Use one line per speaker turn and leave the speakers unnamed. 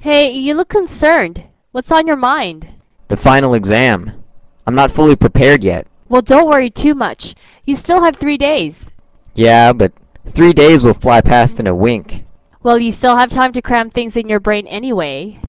Hey, you look concerned. What's on your mind?
The final exam. I'm not fully prepared yet.
Well, don't worry too much. You still have three days.
Yeah, but three days will fly past in a wink.
Well, you still have time to cram things in your brain anyway.